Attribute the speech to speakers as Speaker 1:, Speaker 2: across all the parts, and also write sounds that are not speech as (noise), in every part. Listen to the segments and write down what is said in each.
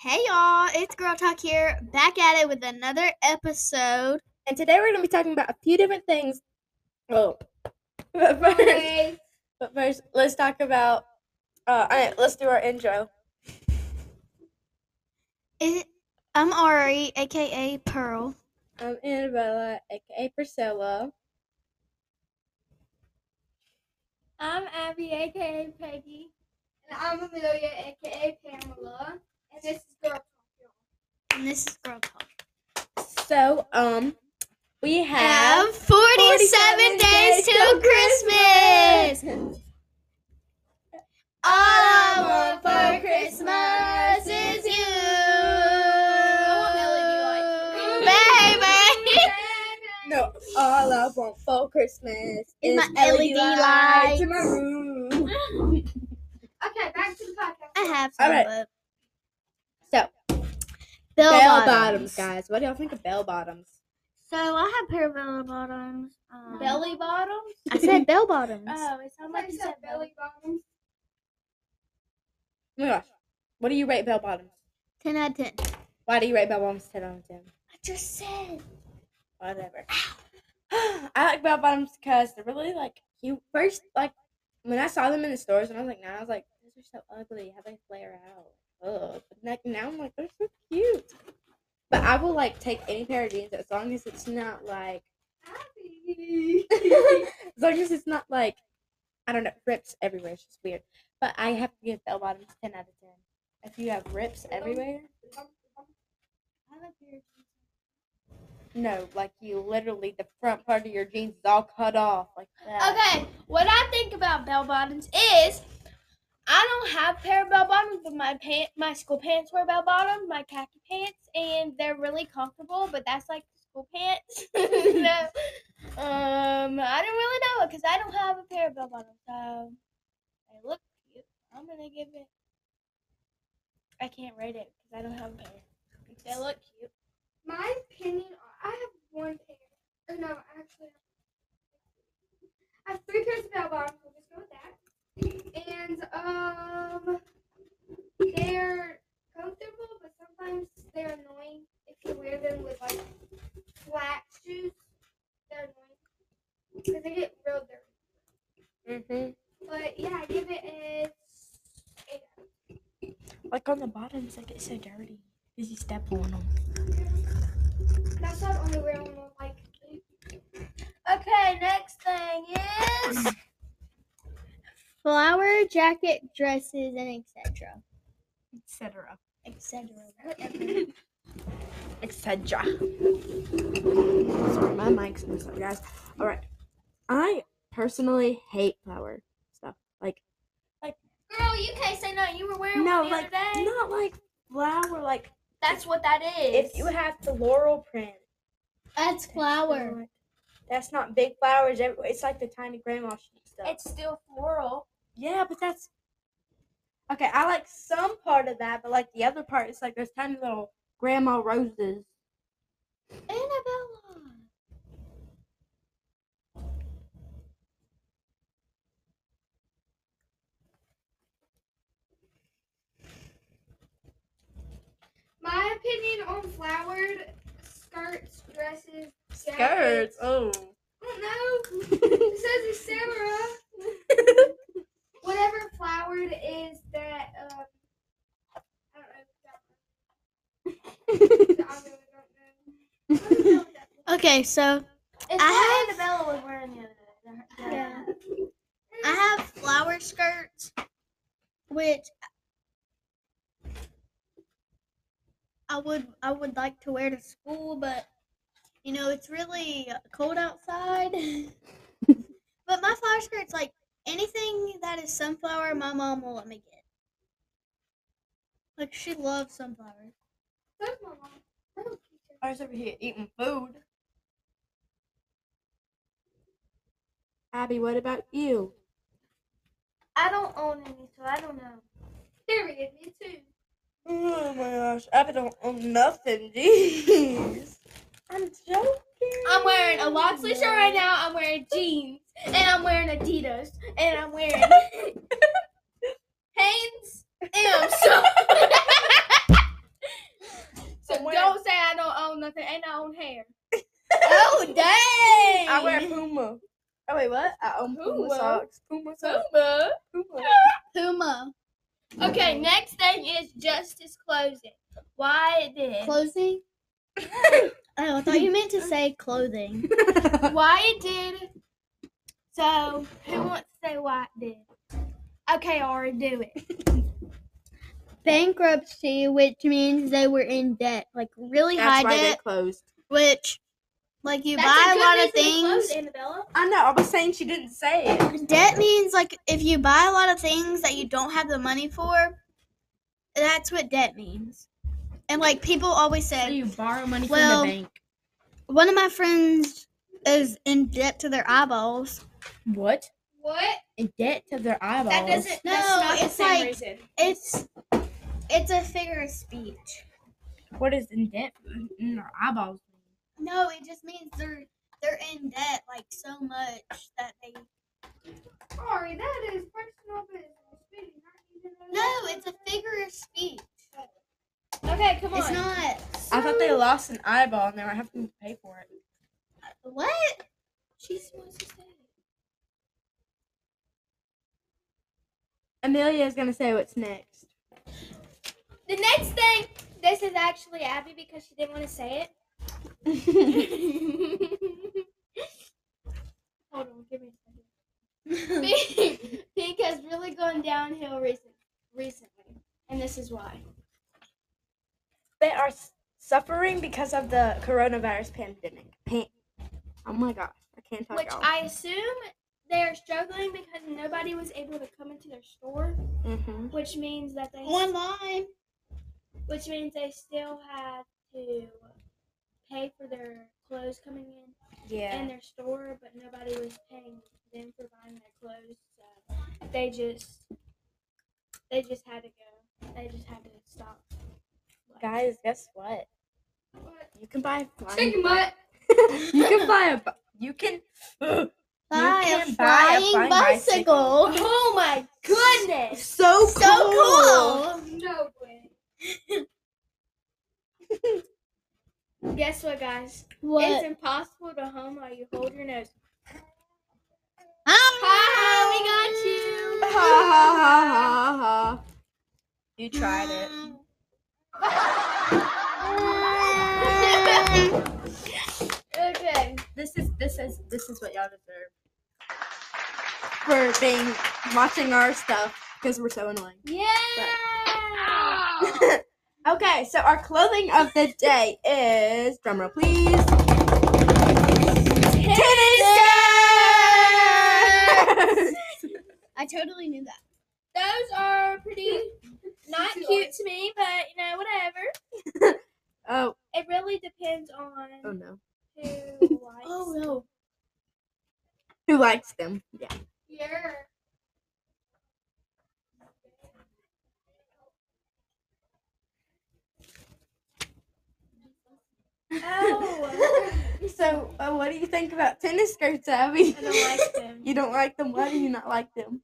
Speaker 1: Hey y'all, it's Girl Talk here, back at it with another episode.
Speaker 2: And today we're going to be talking about a few different things. Oh, but first, but first let's talk about. Uh, all right, let's do our intro.
Speaker 1: It, I'm Ari, aka Pearl.
Speaker 2: I'm Annabella, aka Priscilla.
Speaker 3: I'm Abby, aka Peggy. And I'm Amelia, aka Pamela. And this is Girl
Speaker 1: And this is Girl Talk.
Speaker 2: So, um, we have.
Speaker 1: Have 47 days till Christmas! All I want for Christmas is you. Baby!
Speaker 2: No, all I want for Christmas is E
Speaker 1: my LED
Speaker 2: lights in my
Speaker 1: lights. (gasps)
Speaker 2: room.
Speaker 3: Okay, back to the podcast.
Speaker 1: I have
Speaker 2: All
Speaker 1: some,
Speaker 2: right.
Speaker 1: but-
Speaker 2: So,
Speaker 1: Bell,
Speaker 2: bell bottoms, guys. What do y'all think of bell bottoms?
Speaker 1: So I have pair of bell bottoms. Um,
Speaker 3: Belly bottoms?
Speaker 1: I said bell bottoms.
Speaker 3: it sounds like you said belly bottoms.
Speaker 2: Oh my gosh, what do you rate bell bottoms?
Speaker 1: 10 out of 10.
Speaker 2: Why do you rate bell bottoms ten out of ten?
Speaker 1: I just said.
Speaker 2: whatever. (gasps) I like bell bottoms because they're really like cute. First, like when I saw them in the stores when I was like nine, I was like, those are so ugly. How they flare out? Ugh. But like, now I'm like, they're so cute. But I will like take any pair of jeans as long as it's not like,
Speaker 3: Abby.
Speaker 2: as long (laughs) as it's not like, I don't know, rips everywhere. It's just weird. But I have to give bell bottoms ten out of ten. If you have rips everywhere, no, like you literally the front part of your jeans is all cut off like that.
Speaker 3: Okay, what I think about bell bottoms is I don't have a pair of bell bottoms, but my pant, my school pants were bell bottoms, my khaki pants, and they're really comfortable. But that's like school pants. (laughs) so, um, I don't really know it because I don't have a pair of bell bottoms. So they look cute. I'm gonna give it. I can't rate it because I don't have a pair. They look cute.
Speaker 4: My opinion, I have one pair. Or no, actually, I have three pairs of bell bottoms. We'll just go with that. And um, they're comfortable, but sometimes they're annoying if you wear them with like flat shoes. They're annoying because they get real dirty.
Speaker 2: Mm-hmm.
Speaker 4: But yeah, I give it a. eight out
Speaker 2: Like on the bottoms, like it's so dirty. Cause you step on them.
Speaker 4: of ten. That's not only wear them with, like.
Speaker 3: Okay, next thing is
Speaker 1: Flower jacket, dresses, and etc.
Speaker 2: Etc.
Speaker 1: Etc.
Speaker 2: Etc. Sorry, my mic's messed up, guys. All right. I personally hate flower stuff. Like
Speaker 3: (laughs) girl. You can't say no. You were wearing
Speaker 2: no,
Speaker 3: one the
Speaker 2: like
Speaker 3: other day.
Speaker 2: not like flower. Like
Speaker 3: That's what that is.
Speaker 2: have the laurel print,
Speaker 1: That's flower.
Speaker 2: That's not big flowers. everywhere. It's like the tiny grandma sheet stuff.
Speaker 3: it's still floral.
Speaker 2: Yeah, but that's okay. I like some part of that, but like the other part, it's like those tiny little grandma roses.
Speaker 1: Annabella.
Speaker 4: My opinion on flowered skirts, dresses,
Speaker 2: Skirts. Oh.
Speaker 4: I don't know. it says it's Sarah. Whatever flowered is that, um, I don't know. That one. I really don't know. I don't know.
Speaker 1: Okay, so I
Speaker 3: It's what
Speaker 1: have-
Speaker 3: Annabella was wearing the other day. The- the-
Speaker 1: yeah. I have flower skirts, which I would I would like to wear to school, but you know it's really cold outside. (laughs) but my flower skirts, like anything that is sunflower, my mom will let me get. Like she loves sunflower.
Speaker 4: That's my mom. That's my teacher.
Speaker 2: I was over here eating food. Abby, what about you?
Speaker 3: I don't own any, so I don't know.
Speaker 4: Period. Me too.
Speaker 2: Oh my gosh, Abby don't own nothing. Jeez. I'm joking.
Speaker 3: I'm wearing a Loxley shirt right now. I'm wearing jeans, and I'm wearing Adidas, and I'm wearing
Speaker 1: (laughs)
Speaker 3: Hanes, and I'm so.
Speaker 2: Oh,
Speaker 4: what's up?
Speaker 3: (laughs)
Speaker 1: Puma
Speaker 4: Puma.
Speaker 3: Okay, next thing is justice closing. Why did
Speaker 1: clothing. oh, I thought you meant to say
Speaker 3: (laughs)
Speaker 1: clothing.
Speaker 3: why did so who wants to say why it did? Okay, Ari, do it.
Speaker 1: Bankruptcy, which means they were in debt, like really high
Speaker 2: That's why they
Speaker 1: debt.
Speaker 2: closed.
Speaker 1: Which, like, you
Speaker 3: That's
Speaker 1: buy a
Speaker 3: good
Speaker 1: lot of
Speaker 3: reason to close,
Speaker 1: things.
Speaker 3: Annabella.
Speaker 2: I know. I was saying she didn't say it.
Speaker 1: Debt means like if you buy a lot of things that you don't have the money for. That's what debt means. And like people always say,
Speaker 2: borrow money
Speaker 1: from the Well,
Speaker 2: bank.
Speaker 1: one of my friends is in debt to their eyeballs.
Speaker 2: What?
Speaker 4: What?
Speaker 2: In debt to their eyeballs.
Speaker 3: That doesn't
Speaker 1: No,
Speaker 3: that's not the
Speaker 1: it's
Speaker 3: same
Speaker 1: like-
Speaker 3: reason.
Speaker 1: It's it's a figure of speech.
Speaker 2: What is in debt Mm, in their eyeballs?
Speaker 1: No, it just means they're they're in debt like so much that they
Speaker 4: Sorry, that is personal business. We do not need to know
Speaker 1: No,
Speaker 4: that.
Speaker 1: it's a figure of speech.
Speaker 3: Okay, come on.
Speaker 1: It's not
Speaker 2: I thought they lost an eyeball and they were having to pay for it.
Speaker 1: (laughs) what?
Speaker 3: She's supposed to say
Speaker 2: Amelia is gonna say what's (laughs) next.
Speaker 3: The next thing, this is actually Abby because she didn't want to say it. (laughs) Hold on, give me (laughs) a second. Pink has really gone downhill recent, recently, and this is why.
Speaker 2: They are s- suffering because of the coronavirus pandemic. Pan- oh my gosh, I can't talk.
Speaker 3: Which
Speaker 2: y'all.
Speaker 3: I assume they are struggling because nobody was able to come into their store,
Speaker 2: Mhm.
Speaker 3: which means that they
Speaker 1: Online.
Speaker 3: which means they still had to pay for their clothes coming in
Speaker 2: Yeah.
Speaker 3: in their store, but nobody was paying them for buying their clothes, so they just they just had to go. They just had to stop.
Speaker 2: Guys, guess what?
Speaker 4: What?
Speaker 2: You can buy a flying.
Speaker 4: Chicken butt.
Speaker 2: you can buy a. bu- You can. (gasps)
Speaker 1: Buy
Speaker 2: can
Speaker 1: a
Speaker 2: buy a
Speaker 1: flying
Speaker 2: flying
Speaker 1: bicycle.
Speaker 3: (laughs) Oh my goodness!
Speaker 2: so
Speaker 1: (laughs)
Speaker 3: Oh,
Speaker 1: So cool.
Speaker 4: No way.
Speaker 3: (laughs) Guess what, guys? It's
Speaker 1: What?
Speaker 3: impossible to hum while you hold your nose.
Speaker 1: Um, Hi,
Speaker 2: Ha ha ha ha ha. You tried it.
Speaker 1: we got you.
Speaker 3: (laughs) Okay.
Speaker 2: This is this is this is what y'all deserve for being watching our stuff because we're so annoying.
Speaker 3: Yeah.
Speaker 2: okay, so our clothing of the day is drumroll please.
Speaker 3: (laughs)
Speaker 2: Tennis skirts.
Speaker 1: I totally knew that.
Speaker 3: Those are pretty not cute to me, but you know whatever.
Speaker 2: (laughs) oh,
Speaker 3: It really depends
Speaker 2: oh
Speaker 3: on
Speaker 2: no.
Speaker 3: who likes.
Speaker 1: Oh, no.
Speaker 2: Who likes them? Yeah.
Speaker 4: Yeah.
Speaker 3: Oh,
Speaker 2: So, uh, what do you think about tennis skirts, Abby?
Speaker 3: I don't like them.
Speaker 2: (laughs) you don't like them. Why do you not like them?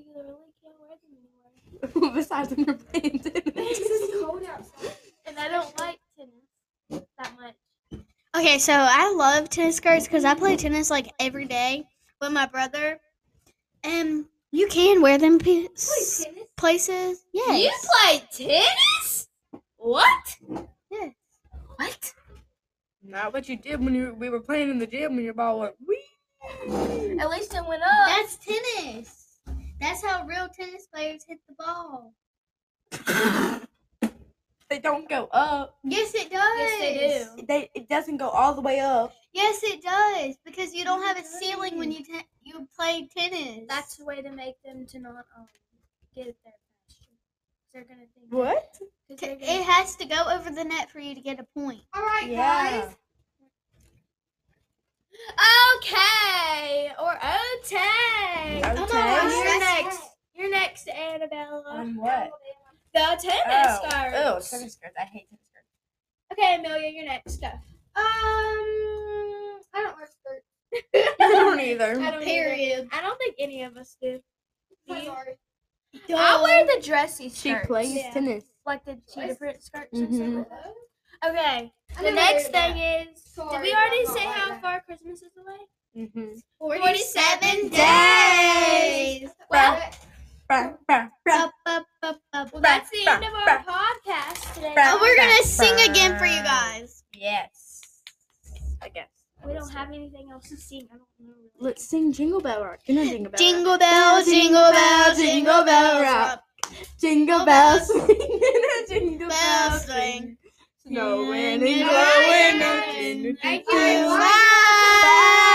Speaker 2: (laughs)
Speaker 3: You literally can't wear them anymore.
Speaker 2: Besides when you're playing tennis.
Speaker 4: It's cold outside.
Speaker 3: And I don't like tennis that much.
Speaker 1: Okay, so I love tennis skirts because I play tennis like every day with my brother. And you can wear them p- s-
Speaker 4: Tennis.
Speaker 1: places. Yes.
Speaker 3: play tennis? What?
Speaker 1: Yes.
Speaker 3: What?
Speaker 2: (laughs) Not what you did when you, we were playing in the gym when your ball went wee.
Speaker 3: At least it went up.
Speaker 1: That's tennis. That's how real tennis players hit the ball.
Speaker 2: They don't go up.
Speaker 1: Yes, it does.
Speaker 3: yes, they do.
Speaker 2: They it doesn't go all the way up.
Speaker 1: Yes, it does because you don't have a ceiling when you te- you play tennis.
Speaker 3: That's the way to make them to not um, get their passion. They're gonna think.
Speaker 2: What?
Speaker 3: Cause they're
Speaker 1: it
Speaker 3: gonna,
Speaker 1: has to go over the net for you to get a point.
Speaker 4: All right, guys.
Speaker 3: okay or okay.
Speaker 2: Okay.
Speaker 1: Oh my
Speaker 3: And
Speaker 1: gosh,
Speaker 3: you're
Speaker 1: that's-
Speaker 3: next. You're next, Annabella.
Speaker 2: On what?
Speaker 3: the tennis scarves.
Speaker 2: Oh, tennis skirts. I hate tennis skirts.
Speaker 3: Okay, Amelia, you're next. Go.
Speaker 4: Um, I don't wear skirts.
Speaker 2: (laughs) I don't either.
Speaker 3: I don't either.
Speaker 1: Period.
Speaker 3: I don't think any of us do. Do
Speaker 4: I'm
Speaker 3: you?
Speaker 4: sorry.
Speaker 3: I wear the dressy
Speaker 2: She
Speaker 3: skirts.
Speaker 2: plays
Speaker 4: Yeah.
Speaker 2: tennis.
Speaker 3: like the two different skirts or
Speaker 2: Mhm.
Speaker 3: something. Okay. The
Speaker 4: I never
Speaker 3: next
Speaker 4: heard
Speaker 3: thing
Speaker 4: that. Oh,
Speaker 3: is, did
Speaker 4: Sorry,
Speaker 3: we already
Speaker 4: I'm not
Speaker 3: say
Speaker 4: like
Speaker 3: how
Speaker 4: that.
Speaker 3: far Christmas is away?
Speaker 2: Mm-hmm.
Speaker 1: Forty-seven
Speaker 2: Yes. I guess.
Speaker 3: We don't have anything else to sing. I don't know. Really.
Speaker 2: Let's sing Jingle Bell Rock. You know Jingle Bell Rock.
Speaker 1: Jingle bell, jingle bell, jingle bell rock.
Speaker 2: Jingle Bell Swing. (laughs) jingle Bell
Speaker 1: Bell
Speaker 2: Swing.
Speaker 1: swing.
Speaker 2: Snowing and
Speaker 1: Snowing
Speaker 2: blowing
Speaker 1: and
Speaker 2: up in the
Speaker 1: blowing.
Speaker 2: trees.
Speaker 1: Bye.